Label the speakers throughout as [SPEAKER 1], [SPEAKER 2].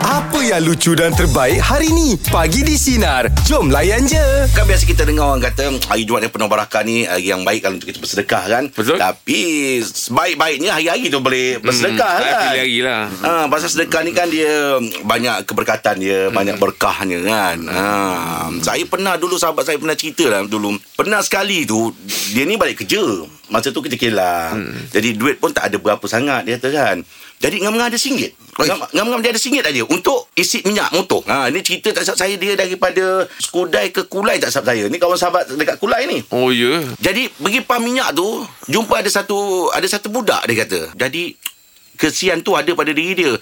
[SPEAKER 1] Apa yang lucu dan terbaik hari ni? Pagi di Sinar. Jom layan je.
[SPEAKER 2] Kan biasa kita dengar orang kata "Hmm, Hari Jumaat yang penuh barakah ni Hari yang baik kalau untuk kita bersedekah kan
[SPEAKER 3] Betul.
[SPEAKER 2] Tapi Sebaik-baiknya hari-hari tu boleh bersedekah
[SPEAKER 3] Hmm,
[SPEAKER 2] hmm, kan
[SPEAKER 3] Pilih hari lah
[SPEAKER 2] Ha, pasal sedekah ni kan dia banyak keberkatan dia,
[SPEAKER 3] Hmm.
[SPEAKER 2] banyak berkahnya kan. Ha, saya pernah dulu sahabat saya pernah cerita lah dulu. Pernah sekali tu dia ni balik kerja. Masa tu kita kelang.
[SPEAKER 3] Hmm.
[SPEAKER 2] Jadi duit pun tak ada berapa sangat dia kata kan. Jadi ngam-ngam ada singgit. Ngam- Ngam-ngam dia ada singgit aja untuk isi minyak motor. Ha ni cerita tak sahabat saya dia daripada Skudai ke Kulai tak sahabat saya. Ni kawan sahabat dekat Kulai ni.
[SPEAKER 3] Oh ya yeah.
[SPEAKER 2] Jadi pergi pam minyak tu Jumpa ada satu Ada satu budak dia kata Jadi Kesian tu ada pada diri dia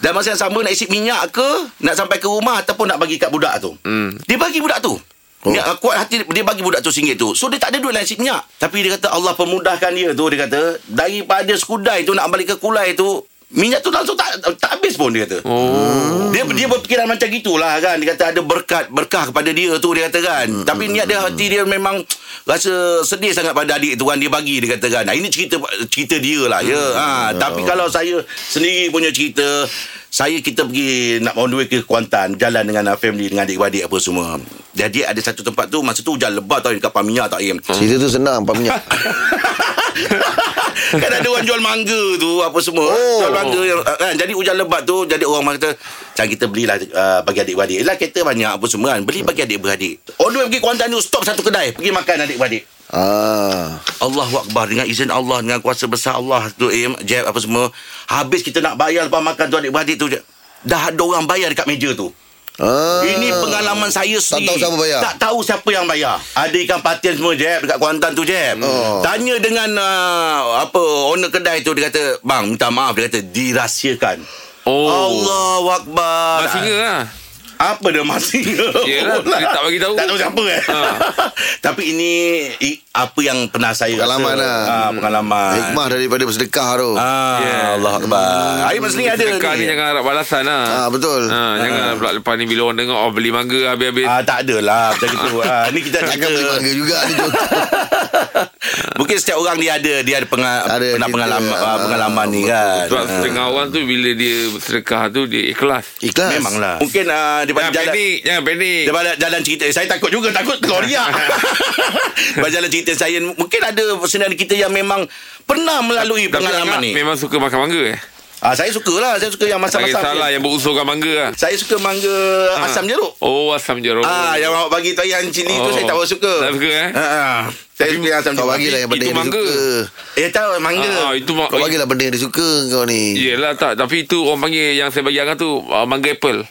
[SPEAKER 2] Dan masa yang sama Nak isi minyak ke Nak sampai ke rumah Ataupun nak bagi kat budak tu hmm. Dia bagi budak tu Oh. Dia kuat hati dia- dia bagi budak tu singgit tu. So dia tak ada duit nak isi minyak. Tapi dia kata Allah pemudahkan dia tu dia kata daripada skudai tu nak balik ke kulai tu minyak tu langsung tak tak habis pun dia kata.
[SPEAKER 3] Oh
[SPEAKER 2] Dia dia berfikiran macam gitulah kan. Dia kata ada berkat berkah kepada dia tu dia kata kan. Hmm. Tapi niat dia hati dia memang rasa sedih sangat pada adik tu kan dia bagi dia kata kan. Nah, ini cerita cerita dia lah ya. Ha tapi kalau saya sendiri punya cerita saya kita pergi nak on the way ke Kuantan jalan dengan uh, family dengan adik-adik apa semua. Jadi ada satu tempat tu masa tu hujan lebat tau dekat Pamia tak im.
[SPEAKER 3] Hmm.
[SPEAKER 4] Cerita tu senang Pak Minyak
[SPEAKER 2] kan ada orang jual mangga tu apa semua oh.
[SPEAKER 4] Oh.
[SPEAKER 2] jual mangga yang, ah, kan jadi hujan lebat tu jadi orang kata "Cang kita belilah uh, bagi adik-beradik lah kereta banyak apa semua kan beli bagi adik-beradik on the way pergi Kuantan tu stop satu kedai pergi makan adik-beradik
[SPEAKER 4] ah.
[SPEAKER 2] Allahu Akbar dengan izin Allah dengan kuasa besar Allah tu im jeb apa semua habis kita nak bayar lepas makan tu adik-beradik tu Jeb. dah ada orang bayar dekat meja tu
[SPEAKER 4] ah.
[SPEAKER 2] ini pengalaman saya sendiri.
[SPEAKER 4] tahu siapa bayar?
[SPEAKER 2] Tak tahu siapa yang bayar. Ada ikan patin semua Jeb dekat Kuantan tu Jeb.
[SPEAKER 4] Oh.
[SPEAKER 2] Tanya dengan uh, apa owner kedai tu dia kata, "Bang, minta maaf." Dia kata dirahsiakan.
[SPEAKER 3] Oh
[SPEAKER 2] Allahu akbar.
[SPEAKER 3] Maksudnya lah
[SPEAKER 2] Apa dia maksudnya?
[SPEAKER 3] Yelah, dia tak bagi tahu.
[SPEAKER 2] Tak tahu siapa eh.
[SPEAKER 3] Ha.
[SPEAKER 2] Tapi ini i, apa yang pernah saya
[SPEAKER 4] Pengalaman
[SPEAKER 2] rasa.
[SPEAKER 4] lah.
[SPEAKER 2] Ah, pengalaman.
[SPEAKER 4] Hikmah daripada bersedekah tu
[SPEAKER 2] Ah,
[SPEAKER 3] Yeah.
[SPEAKER 2] Allah akbar. Hari masa ni ada
[SPEAKER 3] Dekat ni
[SPEAKER 2] ni.
[SPEAKER 3] jangan harap balasan lah
[SPEAKER 4] Ah, betul.
[SPEAKER 3] ha, Jangan pula lepas ni Bila orang tengok Oh beli mangga habis-habis
[SPEAKER 2] Ah, tak adalah macam itu. Ah, ni kita
[SPEAKER 4] Takkan beli
[SPEAKER 2] cerita
[SPEAKER 4] mangga juga ni contoh.
[SPEAKER 2] Mungkin setiap orang dia ada dia ada, penga-
[SPEAKER 4] Ada
[SPEAKER 2] pernah
[SPEAKER 4] kita,
[SPEAKER 2] pengalaman
[SPEAKER 4] ah,
[SPEAKER 2] pengalaman ni kan.
[SPEAKER 3] Sebab setengah orang tu Bila dia bersedekah tu Dia ikhlas
[SPEAKER 4] Ikhlas
[SPEAKER 2] Memanglah. Mungkin uh, daripada
[SPEAKER 3] Jangan
[SPEAKER 2] jalan
[SPEAKER 3] panik Jangan panik
[SPEAKER 2] daripada jalan cerita eh, saya takut juga takut kau riak. daripada jalan cerita saya mungkin ada senarai kita yang memang pernah melalui
[SPEAKER 3] Tapi
[SPEAKER 2] pengalaman
[SPEAKER 3] Angah
[SPEAKER 2] ni.
[SPEAKER 3] Memang suka makan mangga eh
[SPEAKER 2] Ah saya sukalah, saya suka yang
[SPEAKER 3] Tak
[SPEAKER 2] masak-masak.
[SPEAKER 3] salah yang berusulkan mangga lah
[SPEAKER 2] Saya suka mangga asam jeruk.
[SPEAKER 3] Oh asam jeruk
[SPEAKER 2] Ah yang awak bagi tu yang cili tu
[SPEAKER 3] Oh.
[SPEAKER 2] saya tak berapa suka.
[SPEAKER 3] Tak suka, eh?
[SPEAKER 2] Ha ah. Saya suka yang asam
[SPEAKER 4] Kau
[SPEAKER 2] jeruk.
[SPEAKER 4] bagilah yang benda
[SPEAKER 3] Itu
[SPEAKER 4] yang dia
[SPEAKER 3] mangga.
[SPEAKER 4] suka
[SPEAKER 2] Eh tahu mangga.
[SPEAKER 3] Ah, itu mak-
[SPEAKER 4] Kau bagilah benda yang dia suka kau ni
[SPEAKER 3] Yelah tak Tapi itu orang panggil Yang saya bagi Angah tu uh, Mangga apple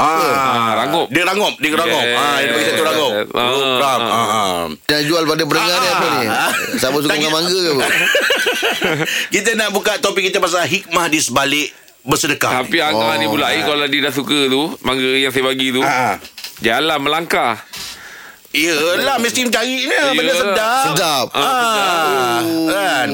[SPEAKER 3] Ah, rangup.
[SPEAKER 2] Dia rangup, dia rangup.
[SPEAKER 3] Yes.
[SPEAKER 2] Ah, dia bagi satu rangup.
[SPEAKER 3] Ah,
[SPEAKER 2] Ah, ah, ah.
[SPEAKER 4] Dan jual pada berenggan ni apa ni
[SPEAKER 2] Ah.
[SPEAKER 4] Siapa suka
[SPEAKER 2] Tak
[SPEAKER 4] makan
[SPEAKER 2] kira-
[SPEAKER 4] mangga ke apa
[SPEAKER 2] kita nak buka topik kita pasal hikmah di sebalik bersedekah.
[SPEAKER 3] Tapi Angah ni
[SPEAKER 2] Oh.
[SPEAKER 3] pula eh, Kalau dia dah suka tu Mangga yang saya bagi tu
[SPEAKER 2] Ha.
[SPEAKER 3] Jalan melangkah
[SPEAKER 2] Yelah mesti mencari ni benda
[SPEAKER 3] Yelah.
[SPEAKER 2] sedap.
[SPEAKER 4] Sedap
[SPEAKER 2] Ah, kan.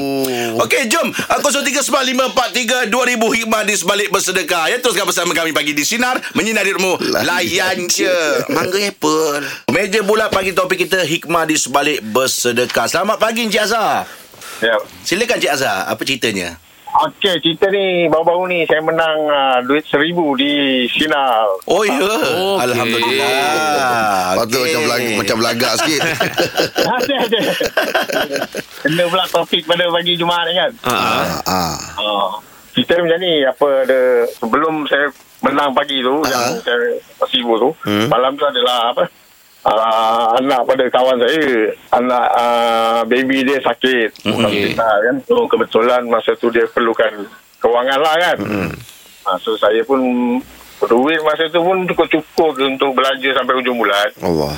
[SPEAKER 2] Okey, jom. Ah, 0395432000 hikmah di sebalik bersedekah. Ya teruskan bersama kami pagi di sinar menyinari rumah. Layan je. Mangga apple. Meja bulat pagi topik kita hikmah di sebalik bersedekah. Selamat pagi Encik Azhar.
[SPEAKER 5] Ya.
[SPEAKER 2] Silakan Encik Azhar, apa ceritanya?
[SPEAKER 5] Okey, cerita ni baru-baru ni saya menang uh, duit seribu di Sinar.
[SPEAKER 2] Oh ya.
[SPEAKER 3] Okey.
[SPEAKER 2] Alhamdulillah.
[SPEAKER 4] Patut macam belagak, macam belagak sikit
[SPEAKER 5] Ada ada. Kena pula topik pada pagi Jumaat ni kan.
[SPEAKER 3] Ah,
[SPEAKER 4] ah, ah.
[SPEAKER 5] Uh, cerita ni macam ni apa ada sebelum saya menang pagi tu uh-huh. yang saya sibuk tu, hmm. malam tu adalah apa? Uh, anak pada kawan saya anak uh, baby dia sakit bukan
[SPEAKER 3] Okey.
[SPEAKER 5] kita kan so kebetulan masa tu dia perlukan kewangan lah kan hmm. uh, so saya pun duit masa tu pun cukup-cukup untuk belanja sampai hujung bulan
[SPEAKER 4] Allah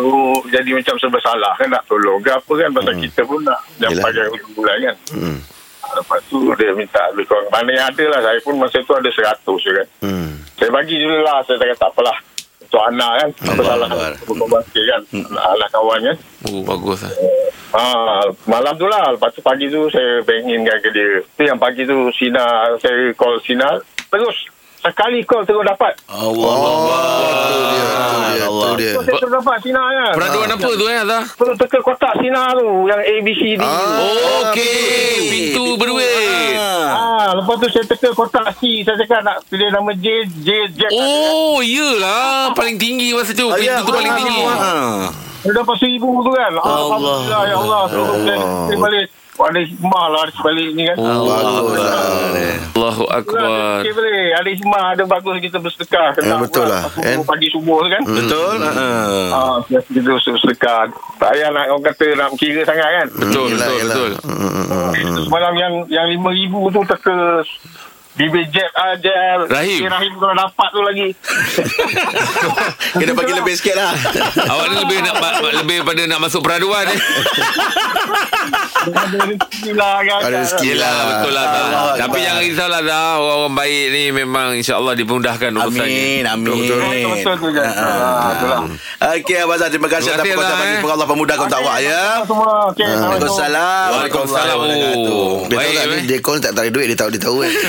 [SPEAKER 5] so jadi macam serba salah kan nak tolong ke apa kan pasal hmm. kita pun nak yang
[SPEAKER 4] Yelah.
[SPEAKER 5] pakai hujung bulan kan
[SPEAKER 4] hmm.
[SPEAKER 5] Ah, Lepas tu dia minta duit korang. Mana yang ada lah. Saya pun masa tu ada seratus je kan.
[SPEAKER 4] Hmm.
[SPEAKER 5] Saya bagi dulu lah. Saya cakap tak apalah. Untuk anak kan. Apa
[SPEAKER 2] Allah
[SPEAKER 5] salah
[SPEAKER 2] Akbar.
[SPEAKER 5] Berkorban sikit kan.
[SPEAKER 4] Hmm.
[SPEAKER 5] Anak kawan kan.
[SPEAKER 3] Oh bagus lah
[SPEAKER 5] Ha, malam tu lah. Lepas tu pagi tu saya banginkan ke dia. Tu yang pagi tu Sina. Saya call Sina. Terus. Sekali call terus dapat.
[SPEAKER 2] Allah. Allah.
[SPEAKER 4] tu dia, tu dia, tu tahu dia.
[SPEAKER 5] Tu saya terus dapat Sina ya.
[SPEAKER 3] Peraduan apa tu eh Azhar?
[SPEAKER 5] Perlu teka kotak Sina tu yang A B C D.
[SPEAKER 4] Ah.
[SPEAKER 3] Okey, pintu berduit.
[SPEAKER 5] Ah, lepas tu saya teka kotak C. Saya cakap nak pilih nama J, J, Jack.
[SPEAKER 3] Oh, iyalah paling tinggi masa tu. Pintu tu
[SPEAKER 2] Ah.
[SPEAKER 3] paling tinggi.
[SPEAKER 2] Hmm.
[SPEAKER 5] Dia dapat seribu tu kan. Ah,
[SPEAKER 2] Allah.
[SPEAKER 5] Alhamdulillah, ya Allah. Seluruh saya saya balik. Wah, ada hikmah lah di sebalik ni
[SPEAKER 3] Oh,
[SPEAKER 5] kan.
[SPEAKER 4] Baguslah.
[SPEAKER 3] Allahu
[SPEAKER 5] Itulah,
[SPEAKER 3] akbar.
[SPEAKER 5] Okey boleh. Ada hikmah, ada bagus kita bersedekah.
[SPEAKER 4] Eh, betul lah, Hmm. kan?
[SPEAKER 5] Aku pagi subuh tu kan.
[SPEAKER 2] Betul? Ha.
[SPEAKER 5] Ah, kita terus sedekah. Tak payah nak orang kata nak kira sangat kan.
[SPEAKER 3] Betul,
[SPEAKER 4] Yelah,
[SPEAKER 3] betul,
[SPEAKER 4] yelah.
[SPEAKER 3] betul.
[SPEAKER 4] Ya,
[SPEAKER 5] Semalam yang yang 5000 tu teka Bibir Jet ajar
[SPEAKER 3] Rahim.
[SPEAKER 5] Si Rahim kalau dapat tu lagi
[SPEAKER 2] Kena bagi lebih sikit lah.
[SPEAKER 3] Awak ni lebih nak ma- ma- lebih pada nak masuk peraduan eh.
[SPEAKER 5] Ada rezeki lah kan
[SPEAKER 4] Ada rezeki.
[SPEAKER 3] Yelah
[SPEAKER 4] Yelah,
[SPEAKER 3] betul lah Zah.
[SPEAKER 2] Allah
[SPEAKER 3] Tapi
[SPEAKER 2] Akbar.
[SPEAKER 3] jangan risaulah Zah Orang-orang baik ni memang InsyaAllah dipermudahkan urusannya
[SPEAKER 2] Amin, amin.
[SPEAKER 5] Betul-betul tu Jan
[SPEAKER 2] Ha, ha.
[SPEAKER 5] Ah, Betul lah
[SPEAKER 2] Okey Abang Azhar Terima kasih atas
[SPEAKER 3] Terima kasih,
[SPEAKER 2] perkongsian
[SPEAKER 3] Abang,
[SPEAKER 2] pagi
[SPEAKER 3] eh.
[SPEAKER 2] Semoga Allah pemudahkan untuk awak ya
[SPEAKER 5] Semua okay, Assalamualaikum
[SPEAKER 2] Waalaikumsalam
[SPEAKER 3] Waalaikumsalam.
[SPEAKER 2] Wabarakatuh.
[SPEAKER 4] Dia tahu
[SPEAKER 3] Baik, eh.
[SPEAKER 4] tak
[SPEAKER 3] baik.
[SPEAKER 4] dia call tak tarik duit dia tahu dia tahu kan.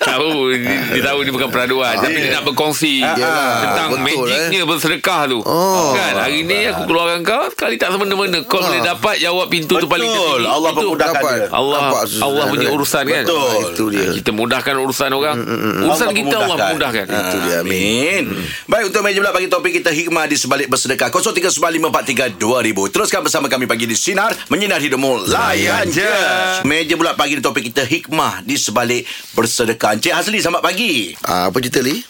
[SPEAKER 3] Tahu dia, dia tahu dia bukan peraduan
[SPEAKER 4] Ah,
[SPEAKER 3] Tapi dia nak berkongsi
[SPEAKER 4] Yelah,
[SPEAKER 3] Tentang
[SPEAKER 4] ya. Ah, betul, eh.
[SPEAKER 3] magicnya bersedekah tu
[SPEAKER 4] Oh. Ah.
[SPEAKER 3] Kan hari ni aku keluarkan kau Sekali tak semena-mena Kau boleh dapat Jawab pintu tu paling
[SPEAKER 2] Betul
[SPEAKER 3] tertinggi
[SPEAKER 2] Allah
[SPEAKER 3] Itu
[SPEAKER 2] pemudahkan
[SPEAKER 4] Dapat.
[SPEAKER 2] dia
[SPEAKER 3] Allah
[SPEAKER 4] Nampak susah
[SPEAKER 3] Allah
[SPEAKER 4] tu
[SPEAKER 3] punya
[SPEAKER 4] kan?
[SPEAKER 3] urusan kan
[SPEAKER 2] Betul.
[SPEAKER 4] Itu dia.
[SPEAKER 3] Kita mudahkan urusan orang
[SPEAKER 4] Mm,
[SPEAKER 3] Urusan kita Allah mudahkan
[SPEAKER 2] Itu dia Ha, Amin
[SPEAKER 3] Hmm.
[SPEAKER 2] Baik untuk meja pula Bagi topik kita Hikmah di sebalik bersedekah 0395432000 Teruskan bersama kami Pagi di Sinar Menyinar hidupmu Layan je Meja pula pagi di topik kita Hikmah di sebalik bersedekah Encik Hasli selamat pagi
[SPEAKER 4] Ah, apa cerita ni?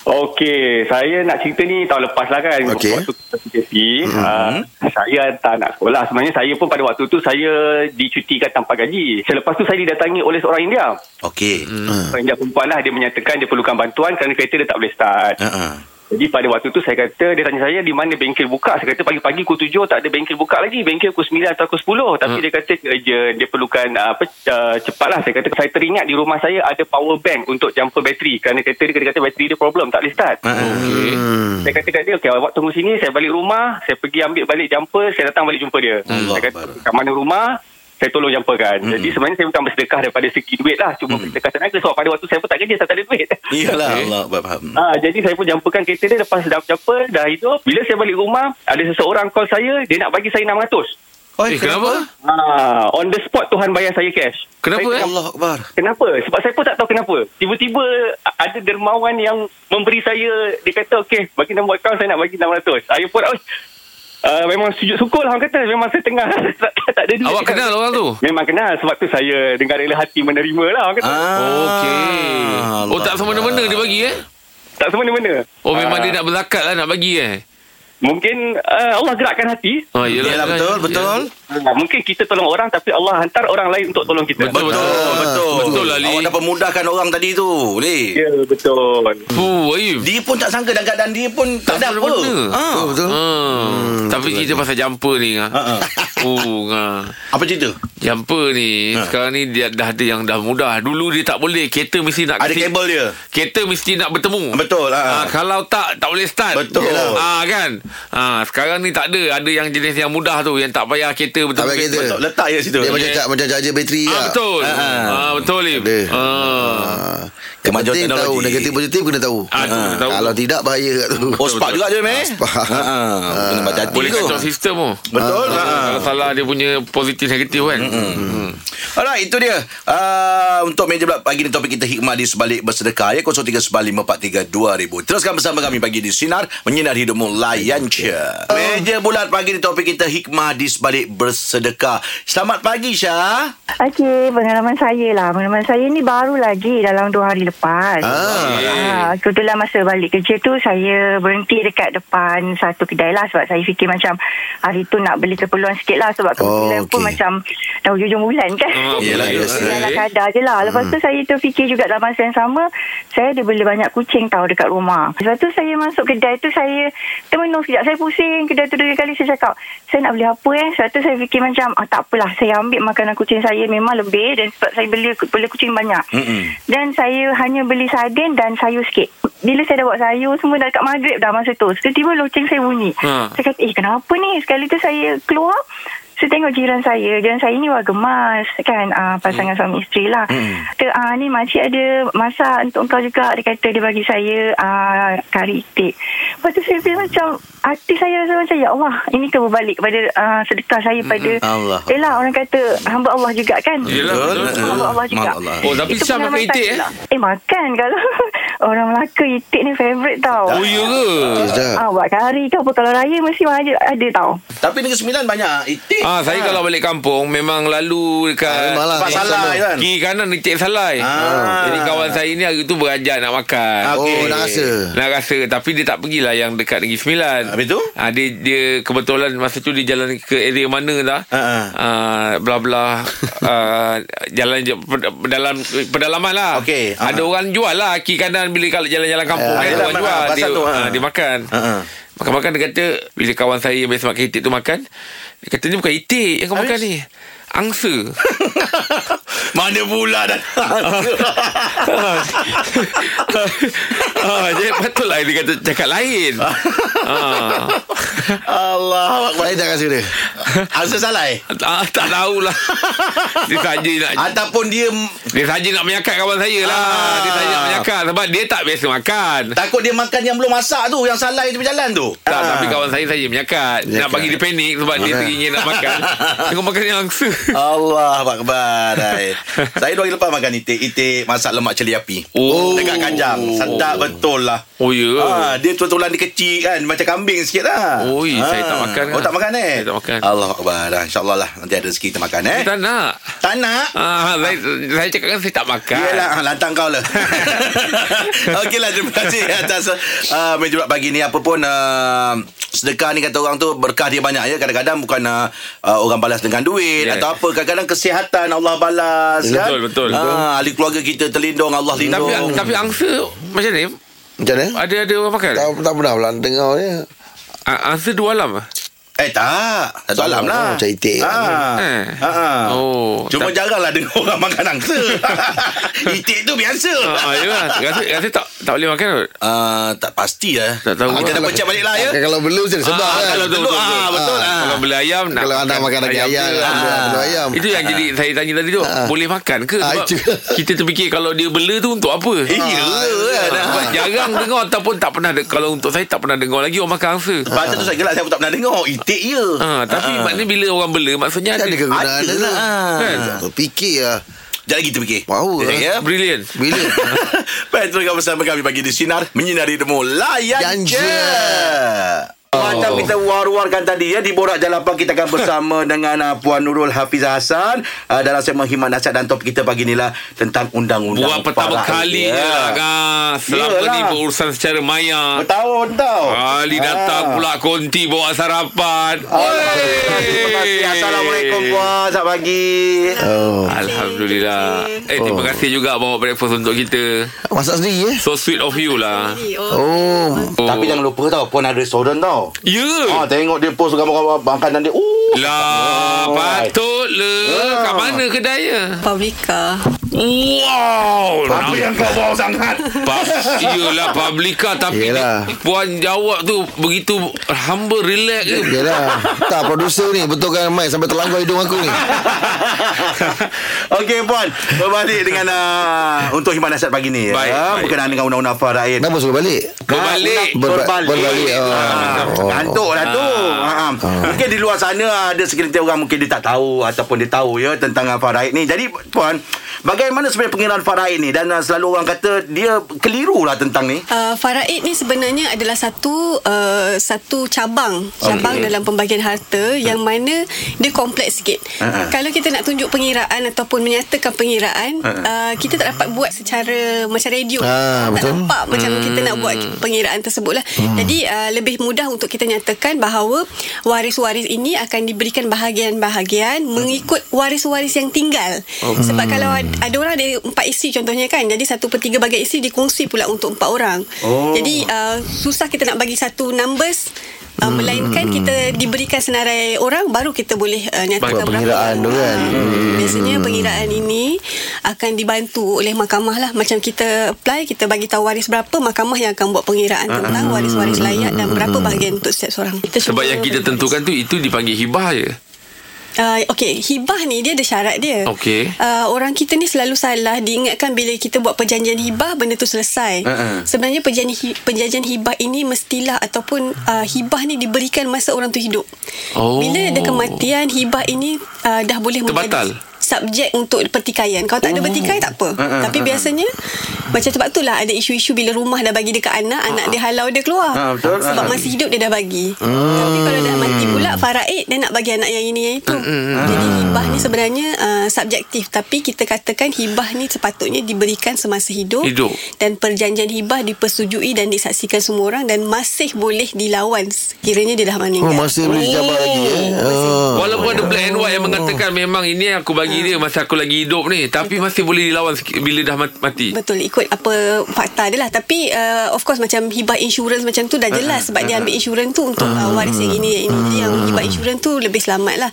[SPEAKER 6] Okey, saya nak cerita ni tahun lepas lah kan.
[SPEAKER 4] Okey.
[SPEAKER 6] Waktu kita PKP, mm-hmm. uh, saya tak nak sekolah. Sebenarnya saya pun pada waktu tu saya dicutikan tanpa gaji. Selepas tu saya didatangi oleh seorang India.
[SPEAKER 2] Okey
[SPEAKER 3] Hmm.
[SPEAKER 2] Hmm.
[SPEAKER 6] Orang India perempuan lah, dia menyatakan dia perlukan bantuan kerana kereta dia tak boleh start.
[SPEAKER 2] Ha-ha.
[SPEAKER 6] Jadi pada waktu tu saya kata, dia tanya saya di mana bengkel buka. Saya kata pagi-pagi pukul 7 tak ada bengkel buka lagi. Bengkel pukul 9 atau pukul 10. Tapi dia kata urgent, dia perlukan uh, apa, uh, cepatlah. Saya kata saya teringat di rumah saya ada power bank untuk jumper bateri. Kerana kereta dia, dia kata bateri dia problem, tak boleh start.
[SPEAKER 2] Ha,
[SPEAKER 4] Ah.
[SPEAKER 3] Okey.
[SPEAKER 2] Hmm.
[SPEAKER 6] Saya kata kat dia, okay, awak tunggu sini, saya balik rumah, saya pergi ambil balik jumper, saya datang balik jumpa dia.
[SPEAKER 2] Allah
[SPEAKER 6] saya kata,
[SPEAKER 2] Akbar.
[SPEAKER 6] kat mana rumah, saya tolong jumperkan. Hmm. Jadi sebenarnya saya bukan bersedekah daripada segi duit lah. Cuma hmm. bersedekah tenaga sebab pada waktu saya pun tak kerja, saya tak ada duit.
[SPEAKER 2] Iyalah Allah faham
[SPEAKER 3] Eh,
[SPEAKER 6] Ah, jadi saya pun jumperkan kereta dia lepas dah jumper, dah hidup. Bila saya balik rumah, ada seseorang call saya, dia nak bagi saya RM600.
[SPEAKER 3] Eh kenapa?
[SPEAKER 6] Ah, on the spot Tuhan bayar saya cash.
[SPEAKER 3] Kenapa,
[SPEAKER 6] saya,
[SPEAKER 3] eh?
[SPEAKER 6] tengah-
[SPEAKER 2] Allah Akbar
[SPEAKER 6] Kenapa? Sebab saya pun tak tahu kenapa. Tiba-tiba a- ada dermawan yang memberi saya, dia kata, okey, bagi nombor akaun saya nak bagi 600. Saya pun, oh, uh, memang sujud syukur lah orang kata. Memang saya tengah tak, tak ada duit.
[SPEAKER 3] Awak
[SPEAKER 6] kan.
[SPEAKER 3] kenal orang tu?
[SPEAKER 6] Memang kenal. Sebab tu saya dengan rela hati menerima lah orang kata.
[SPEAKER 2] Ah,
[SPEAKER 3] Okey
[SPEAKER 2] Allah
[SPEAKER 3] Oh tak semena-mena dia bagi eh
[SPEAKER 6] Tak semena-mena.
[SPEAKER 3] Oh memang
[SPEAKER 6] Ah,
[SPEAKER 3] dia nak berzakat lah nak bagi eh
[SPEAKER 6] Mungkin uh, Allah gerakkan hati.
[SPEAKER 3] Oh,
[SPEAKER 2] Ah, Yelah,
[SPEAKER 3] yelah,
[SPEAKER 2] betul,
[SPEAKER 3] yelah.
[SPEAKER 2] betul.
[SPEAKER 6] Ah, Mungkin kita tolong orang tapi Allah hantar orang lain untuk tolong kita.
[SPEAKER 3] Betul, betul, betul, betul, betul lah, Li.
[SPEAKER 2] Awak dah pemudahkan orang tadi tu, Li.
[SPEAKER 6] Ya, betul.
[SPEAKER 3] Fuh, Aif.
[SPEAKER 2] Dia pun tak sangka dan keadaan dia pun tak, ada apa.
[SPEAKER 3] semena-mena.
[SPEAKER 2] Ha.
[SPEAKER 4] Betul betul.
[SPEAKER 3] Hmm, tapi cerita pasal jumper ni
[SPEAKER 4] Ah,
[SPEAKER 3] ha.
[SPEAKER 2] Ha, ha.
[SPEAKER 3] Oh, ha.
[SPEAKER 2] Apa cerita?
[SPEAKER 3] Jumper ni ha. sekarang ni dia dah ada yang dah mudah. Dulu dia tak boleh. Kereta mesti nak
[SPEAKER 2] Ada kabel dia.
[SPEAKER 3] Kereta mesti nak bertemu.
[SPEAKER 2] Betul, ha.
[SPEAKER 3] Ha, kalau tak tak boleh start.
[SPEAKER 2] Betul.
[SPEAKER 3] Ah ha, kan. Ah ha, sekarang ni tak ada. Ada yang jenis yang mudah tu yang tak payah kereta betul.
[SPEAKER 4] Tak payah kereta.
[SPEAKER 2] Betul, letak je situ.
[SPEAKER 4] Dia macam cak macam charger bateri
[SPEAKER 3] eh. Ah ha,
[SPEAKER 4] lah.
[SPEAKER 3] betul. Ah
[SPEAKER 2] Ha, ha.
[SPEAKER 3] ha, betul Lim.
[SPEAKER 4] Ada.
[SPEAKER 3] Ha.
[SPEAKER 4] Ah. Yang
[SPEAKER 2] Kemajuan
[SPEAKER 4] penting
[SPEAKER 2] teknologi.
[SPEAKER 4] tahu negatif positif kena tahu.
[SPEAKER 3] Ah, tu kena tahu.
[SPEAKER 4] Kalau tidak bahaya kat tu.
[SPEAKER 2] Oh, spark juga je, meh.
[SPEAKER 4] spark.
[SPEAKER 2] Ha. ha. Kena baca hati
[SPEAKER 3] Ah, Boleh
[SPEAKER 2] tu.
[SPEAKER 3] kacau sistem tu.
[SPEAKER 2] Betul.
[SPEAKER 3] Ha.
[SPEAKER 2] Ha.
[SPEAKER 3] Kalau salah dia punya positif negatif kan. Hmm.
[SPEAKER 2] Alright, itu dia. Uh, untuk meja pula pagi ni topik kita hikmah di sebalik bersedekah ya 0395432000. Teruskan bersama kami pagi di sinar menyinar hidupmu layan je. Meja bulat pagi ni topik kita hikmah di sebalik bersedekah. Selamat pagi Syah.
[SPEAKER 7] Okey, pengalaman saya lah. Pengalaman saya ni baru lagi dalam dua hari lepas.
[SPEAKER 3] Ah.
[SPEAKER 7] Ah. kebetulan masa balik kerja tu, saya berhenti dekat depan satu kedai lah. Sebab saya fikir macam hari tu nak beli keperluan sikit lah. Sebab kebetulan
[SPEAKER 4] Oh,
[SPEAKER 7] oh, okay. pun
[SPEAKER 4] okey.
[SPEAKER 7] macam dah hujung bulan kan.
[SPEAKER 3] Ah,
[SPEAKER 2] Yelah,
[SPEAKER 3] boleh.
[SPEAKER 2] biasa.
[SPEAKER 7] Dalam kadar je lah Lepas tu saya terfikir juga Dalam masa yang sama Saya ada beli banyak kucing tau Dekat rumah Lepas tu saya masuk kedai tu Saya termenung sekejap Saya pusing Kedai tu dua kali Saya cakap Saya nak beli apa eh Lepas tu saya fikir macam ah, Tak apalah Saya ambil makanan kucing saya Memang lebih Dan sebab saya beli Beli kucing banyak
[SPEAKER 2] Mm-mm.
[SPEAKER 7] Dan saya hanya beli sardin Dan sayur sikit bila saya dah buat sayur semua dah dekat maghrib dah masa tu. Tiba-tiba loceng saya bunyi.
[SPEAKER 3] Ha.
[SPEAKER 7] Saya kata, eh kenapa ni? Sekali tu saya keluar, Saya tengok jiran saya. Jiran saya ni warga mas kan. Uh, pasangan suami isteri lah. Hmm. Kata, uh, ni makcik ada masak untuk kau juga. Dia kata dia bagi saya uh, kari itik. Lepas tu saya feel macam hati saya rasa macam ya Allah. Ini ke berbalik kepada uh, sedekah saya pada.
[SPEAKER 4] Allah.
[SPEAKER 7] Yelah orang kata hamba Allah juga kan.
[SPEAKER 3] Yelah, betul.
[SPEAKER 7] Hamba Allah juga.
[SPEAKER 4] Allah.
[SPEAKER 3] Oh, tapi
[SPEAKER 7] Itu
[SPEAKER 3] Syah makan
[SPEAKER 7] pengalaman
[SPEAKER 3] itik
[SPEAKER 7] saya
[SPEAKER 3] eh?
[SPEAKER 7] lah. Eh makan kalau orang Melaka itik ni favourite tau.
[SPEAKER 3] Oh, ya ke?
[SPEAKER 4] Sedap.
[SPEAKER 7] Ah, buat kari ke apa Kalau raya mesti ada, ada tau
[SPEAKER 2] Tapi Negeri Sembilan banyak eh? itik.
[SPEAKER 3] Ah, saya kalau balik kampung memang lalu dekat
[SPEAKER 4] memang
[SPEAKER 2] Ah,
[SPEAKER 4] lah.
[SPEAKER 2] Tempat salah kan.
[SPEAKER 3] Kiri kanan Encik Salai
[SPEAKER 2] Ah.
[SPEAKER 3] Jadi kawan saya ni hari tu berajar nak makan
[SPEAKER 2] Ah,
[SPEAKER 4] Oh,
[SPEAKER 2] Okey.
[SPEAKER 4] nak rasa.
[SPEAKER 3] Nak rasa Tapi dia tak pergilah Yang dekat Negeri Sembilan
[SPEAKER 2] Ah, Habis tu?
[SPEAKER 3] ha, dia, dia kebetulan Masa tu dia jalan ke area mana dah
[SPEAKER 2] Ah, ah.
[SPEAKER 3] Ah, Belah-belah ah, Jalan je, ped- pedalam, Pedalaman lah
[SPEAKER 2] Okey, ah.
[SPEAKER 3] Ada orang jual lah Kiri kanan Bila kalau jalan-jalan kampung
[SPEAKER 2] Ah,
[SPEAKER 3] Ada
[SPEAKER 2] yelah,
[SPEAKER 3] orang
[SPEAKER 2] memang,
[SPEAKER 3] jual
[SPEAKER 2] pasal
[SPEAKER 3] dia,
[SPEAKER 2] tu, ah.
[SPEAKER 3] ah, dia makan
[SPEAKER 2] Ah, ah.
[SPEAKER 3] Makan-makan dia kata Bila kawan saya yang biasa makan itik tu makan Dia kata ni bukan itik yang kau makan ni Angsa
[SPEAKER 2] Mana pula dah.
[SPEAKER 3] ah, jadi patut lah dia kata cakap lain. ah.
[SPEAKER 2] Allah.
[SPEAKER 4] Saya tak rasa dia.
[SPEAKER 2] Azul salah eh?
[SPEAKER 3] ah, tak tahulah. Dia saja nak
[SPEAKER 2] Ataupun dia m-
[SPEAKER 3] dia saja nak menyakat kawan saya lah.
[SPEAKER 2] Ah.
[SPEAKER 3] Dia saja nak menyakat sebab dia tak biasa makan.
[SPEAKER 2] takut dia makan yang belum masak tu, yang salah dia berjalan tu.
[SPEAKER 3] Tak,
[SPEAKER 2] Ah.
[SPEAKER 3] tapi kawan saya saya menyakat. Nak
[SPEAKER 4] Menyakat. Ah.
[SPEAKER 3] bagi dia panik sebab dia teringin nak makan. Tengok makan yang angsa.
[SPEAKER 2] Allah Akbar hai. Saya dua hari lepas makan itik Itik masak lemak cili api
[SPEAKER 3] Oh.
[SPEAKER 2] Dekat kanjang Sedap betul lah
[SPEAKER 3] Oh, ya.
[SPEAKER 2] Ah, Dia tulang-tulang dia kecil kan Macam kambing sikit lah
[SPEAKER 3] Oi, saya tak makan
[SPEAKER 2] Oh
[SPEAKER 3] lah.
[SPEAKER 2] tak makan eh
[SPEAKER 3] Saya tak makan.
[SPEAKER 2] Allah Akbar dah, InsyaAllah lah Nanti ada rezeki kita makan eh
[SPEAKER 3] Dia Tak nak.
[SPEAKER 2] Tak nak
[SPEAKER 3] Ah, saya, saya cakap kan saya tak makan.
[SPEAKER 2] Yelah ah, Lantang kau lah Okeylah terima kasih Atas uh, Meja bulat pagi ni Apa pun uh, Sedekah ni kata orang tu Berkah dia banyak ya Kadang-kadang bukan uh, uh, Orang balas dengan duit
[SPEAKER 3] Ya.
[SPEAKER 2] yeah. Atau apa Kadang-kadang kesihatan Allah balas
[SPEAKER 3] Betul,
[SPEAKER 2] kan?
[SPEAKER 3] betul.
[SPEAKER 2] Ah, Ahli keluarga kita terlindung Allah lindung
[SPEAKER 3] Tapi tapi angsa macam ni
[SPEAKER 4] Macam mana?
[SPEAKER 3] ada ada orang makan.
[SPEAKER 4] Tak, tak pernah pula dengar dia.
[SPEAKER 3] Ah, Angsa dua alam. ah?
[SPEAKER 2] Eh tak Satu alam lah
[SPEAKER 4] Oh, macam itik.
[SPEAKER 2] ah.
[SPEAKER 3] Eh.
[SPEAKER 2] Ah, ah.
[SPEAKER 3] Oh,
[SPEAKER 2] Cuma
[SPEAKER 3] tak-
[SPEAKER 2] jaranglah dengar orang makan angsa Itik tu biasa
[SPEAKER 3] Ah, ah, yalah. Rasa, rasa tak tak boleh makan kot.
[SPEAKER 2] Ah, tak pasti lah
[SPEAKER 3] Tak tahu.
[SPEAKER 2] Kita dah pecah balik lah ya
[SPEAKER 4] Kalau belum saya sebab
[SPEAKER 3] Ah,
[SPEAKER 4] kan.
[SPEAKER 3] kalau betul, betul, betul.
[SPEAKER 2] Ah, betul, ah.
[SPEAKER 3] Kalau beli ayam nak
[SPEAKER 4] Kalau anda makan daging ayam,
[SPEAKER 3] ke,
[SPEAKER 4] kan,
[SPEAKER 3] ah.
[SPEAKER 4] belum ayam.
[SPEAKER 3] Itu yang jadi saya tanya tadi tu Boleh makan ke
[SPEAKER 4] Ah,
[SPEAKER 3] Sebab
[SPEAKER 4] itu.
[SPEAKER 3] kita terfikir Kalau dia bela tu untuk apa
[SPEAKER 2] Eh, ya kan
[SPEAKER 3] Ah, sebab Jarang dengar Ataupun tak pernah de- Kalau untuk saya tak pernah dengar lagi Orang makan angsa
[SPEAKER 2] Pasal tu saya gelak Saya pun tak pernah dengar Itik ya. je
[SPEAKER 3] ah, Tapi maknanya bila orang bela Maksudnya
[SPEAKER 4] Tak
[SPEAKER 3] ada
[SPEAKER 4] ada kegunaan
[SPEAKER 2] Ada
[SPEAKER 4] dia tu.
[SPEAKER 2] lah.
[SPEAKER 4] Kan? Berfikir lah.
[SPEAKER 2] Jangan kita fikir
[SPEAKER 4] Power
[SPEAKER 2] Sekejap,
[SPEAKER 4] lah.
[SPEAKER 2] ya.
[SPEAKER 3] Brilliant
[SPEAKER 4] Bila?
[SPEAKER 2] Baik, teruskan bersama kami Pagi di Sinar Menyinari Demo Layan
[SPEAKER 4] Layan
[SPEAKER 2] je
[SPEAKER 4] je.
[SPEAKER 3] Oh.
[SPEAKER 2] Macam kita war-warkan tadi ya Di Borak Jalapan Kita akan bersama dengan uh, Puan Nurul Hafizah Hassan uh, Dalam segmen Himat Nasihat Dan topik kita pagi ni lah Tentang undang-undang ya.
[SPEAKER 3] Buat pertama
[SPEAKER 2] Parah.
[SPEAKER 3] kali je lah kan. Selama
[SPEAKER 2] Yalah.
[SPEAKER 3] ni berurusan secara maya
[SPEAKER 2] Bertahun tau Ah.
[SPEAKER 3] Ali datang pula konti bawa sarapan
[SPEAKER 2] Terima kasih. Assalamualaikum puan Selamat pagi
[SPEAKER 4] Oh.
[SPEAKER 3] Alhamdulillah Eh terima kasih juga Bawa breakfast untuk kita
[SPEAKER 4] Masak sendiri eh?
[SPEAKER 3] So sweet of you lah
[SPEAKER 4] Oh.
[SPEAKER 3] oh.
[SPEAKER 2] Tapi jangan lupa tau Puan ada restoran tau
[SPEAKER 3] Ya
[SPEAKER 2] Ah, tengok dia post gambar-gambar makanan dia. Uh.
[SPEAKER 3] Lah
[SPEAKER 2] Oh.
[SPEAKER 3] Patut le Kat mana kedainya
[SPEAKER 8] Publica.
[SPEAKER 3] Wow
[SPEAKER 2] Apa yang kau bawa sangat?
[SPEAKER 3] Nampak Yelah Publica Tapi
[SPEAKER 4] Yelah.
[SPEAKER 3] dia, Puan jawab tu Begitu Humble relax je
[SPEAKER 4] Yalah Ya lah. Tak producer ni Betulkan mic Sampai terlanggar hidung aku ni
[SPEAKER 2] Okey puan, berbalik dengan uh, untuk himat nasihat pagi ni.
[SPEAKER 3] Baik,
[SPEAKER 2] Ah,
[SPEAKER 3] baik.
[SPEAKER 2] berkenaan dengan undang-undang Faraid.
[SPEAKER 4] Kenapa suruh balik
[SPEAKER 3] Berbalik
[SPEAKER 4] Berba-
[SPEAKER 2] Berbalik.
[SPEAKER 4] berbalik, oh.
[SPEAKER 2] Ah,
[SPEAKER 4] Oh.
[SPEAKER 2] Ngantuk lah tu. Ah. ah. Mungkin di luar sana ada sekelintir orang mungkin dia tak tahu ataupun dia tahu ya tentang ah, faraid ni. Jadi puan, bagaimana sebenarnya pengiraan faraid ni dan ah, selalu orang kata dia keliru lah tentang ni.
[SPEAKER 8] Uh, faraid ni sebenarnya adalah satu uh, satu cabang cabang
[SPEAKER 3] Okey.
[SPEAKER 8] dalam pembagian harta yang mana dia kompleks sikit.
[SPEAKER 2] Ha-ha.
[SPEAKER 8] Kalau kita nak tunjuk pengiraan ataupun menyatakan pengiraan,
[SPEAKER 4] Ha.
[SPEAKER 8] uh, kita tak dapat buat secara macam radio.
[SPEAKER 4] Ah,
[SPEAKER 8] tak
[SPEAKER 4] betul. Hmm.
[SPEAKER 8] nampak macam kita nak buat pengiraan tersebut lah. Jadi uh, lebih mudah untuk kita nyatakan bahawa waris-waris ini akan diberikan bahagian-bahagian
[SPEAKER 4] Hmm.
[SPEAKER 8] mengikut waris-waris yang tinggal.
[SPEAKER 4] Oh.
[SPEAKER 8] Sebab kalau ad- ada orang ada empat isi contohnya kan, jadi satu per tiga bahagian isi dikongsi pula untuk empat orang.
[SPEAKER 2] Oh.
[SPEAKER 8] Jadi uh, susah kita nak bagi satu numbers uh, melainkan kita diberikan senarai orang baru kita boleh uh, nyatakan
[SPEAKER 3] Buat
[SPEAKER 4] pengiraan tu kan.
[SPEAKER 8] Hmm. Biasanya pengiraan ini akan dibantu oleh mahkamah lah macam kita apply kita bagi tahu waris berapa mahkamah yang akan buat pengiraan tentang waris-waris layak dan berapa bahagian untuk setiap seorang. Kita
[SPEAKER 3] Sebab
[SPEAKER 8] cuba
[SPEAKER 3] yang kita
[SPEAKER 8] berbaris.
[SPEAKER 3] tentukan tu Itu dipanggil hibah je
[SPEAKER 8] Uh, okay, hibah ni dia ada syarat dia.
[SPEAKER 3] Okey.
[SPEAKER 8] Uh, orang kita ni selalu salah diingatkan bila kita buat perjanjian hibah benda tu selesai.
[SPEAKER 3] Uh-uh.
[SPEAKER 8] Sebenarnya perjanjian hi- perjanjian hibah ini mestilah ataupun uh, hibah ni diberikan masa orang tu hidup.
[SPEAKER 3] Oh.
[SPEAKER 8] Bila ada kematian hibah ini uh, dah boleh
[SPEAKER 3] Terbatal. Oh.
[SPEAKER 8] menjadi subjek untuk pertikaian. Kalau tak ada pertikai tak apa.
[SPEAKER 3] ah,
[SPEAKER 8] Tapi biasanya macam sebab itulah ada isu-isu bila rumah dah bagi dekat anak,
[SPEAKER 3] Uh-uh.
[SPEAKER 8] anak dia halau dia keluar.
[SPEAKER 2] Ah, betul.
[SPEAKER 8] Sebab
[SPEAKER 2] Ah.
[SPEAKER 8] masih hidup dia dah bagi. Tapi kalau dah mati pula faraid dia nak bagi anak yang ini yang itu. Jadi hibah ni sebenarnya uh, subjektif tapi kita katakan hibah ni sepatutnya diberikan semasa hidup,
[SPEAKER 3] Hidup.
[SPEAKER 8] dan perjanjian hibah dipersetujui dan disaksikan semua orang dan masih boleh dilawan kiranya dia dah
[SPEAKER 4] Oh,
[SPEAKER 8] meninggal.
[SPEAKER 4] masih boleh jabat lagi eh. Ah.
[SPEAKER 3] Walaupun ada black and white yang mengatakan memang ini yang aku bagi dia masa aku lagi hidup ni tapi masih boleh dilawan sikit bila dah mat- mati.
[SPEAKER 8] Betul ikut apa fakta dia lah tapi uh, of course macam hibah insurans macam tu dah jelas sebab dia ambil insurans tu untuk uh, waris yang ini yang ini Jadi yang hibah insurans tu lebih selamat lah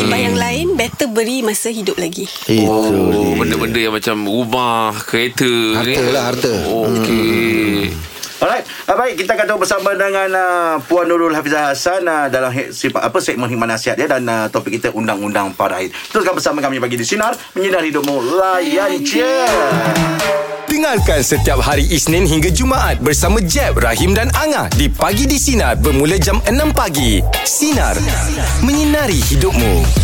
[SPEAKER 8] hibah yang lain better beri masa hidup lagi
[SPEAKER 4] Itu
[SPEAKER 3] Oh,
[SPEAKER 4] dia.
[SPEAKER 3] benda-benda yang macam rumah, kereta
[SPEAKER 4] Harta
[SPEAKER 3] ni.
[SPEAKER 4] lah, harta. Hmm.
[SPEAKER 3] Okey.
[SPEAKER 2] Alright, ah, baik kita akan tahu bersama dengan uh, Puan Nurul Hafizah Hasan uh, dalam he, sip, apa segmen Himan Nasihat dia dan uh, topik kita undang-undang paraid. Teruskan bersama kami bagi di sinar menyinar hidupmu layan je.
[SPEAKER 1] Dengarkan setiap hari Isnin hingga Jumaat bersama Jeb, Rahim dan Angah di Pagi di Sinar bermula jam 6 pagi. Sinar. Menyinari hidupmu.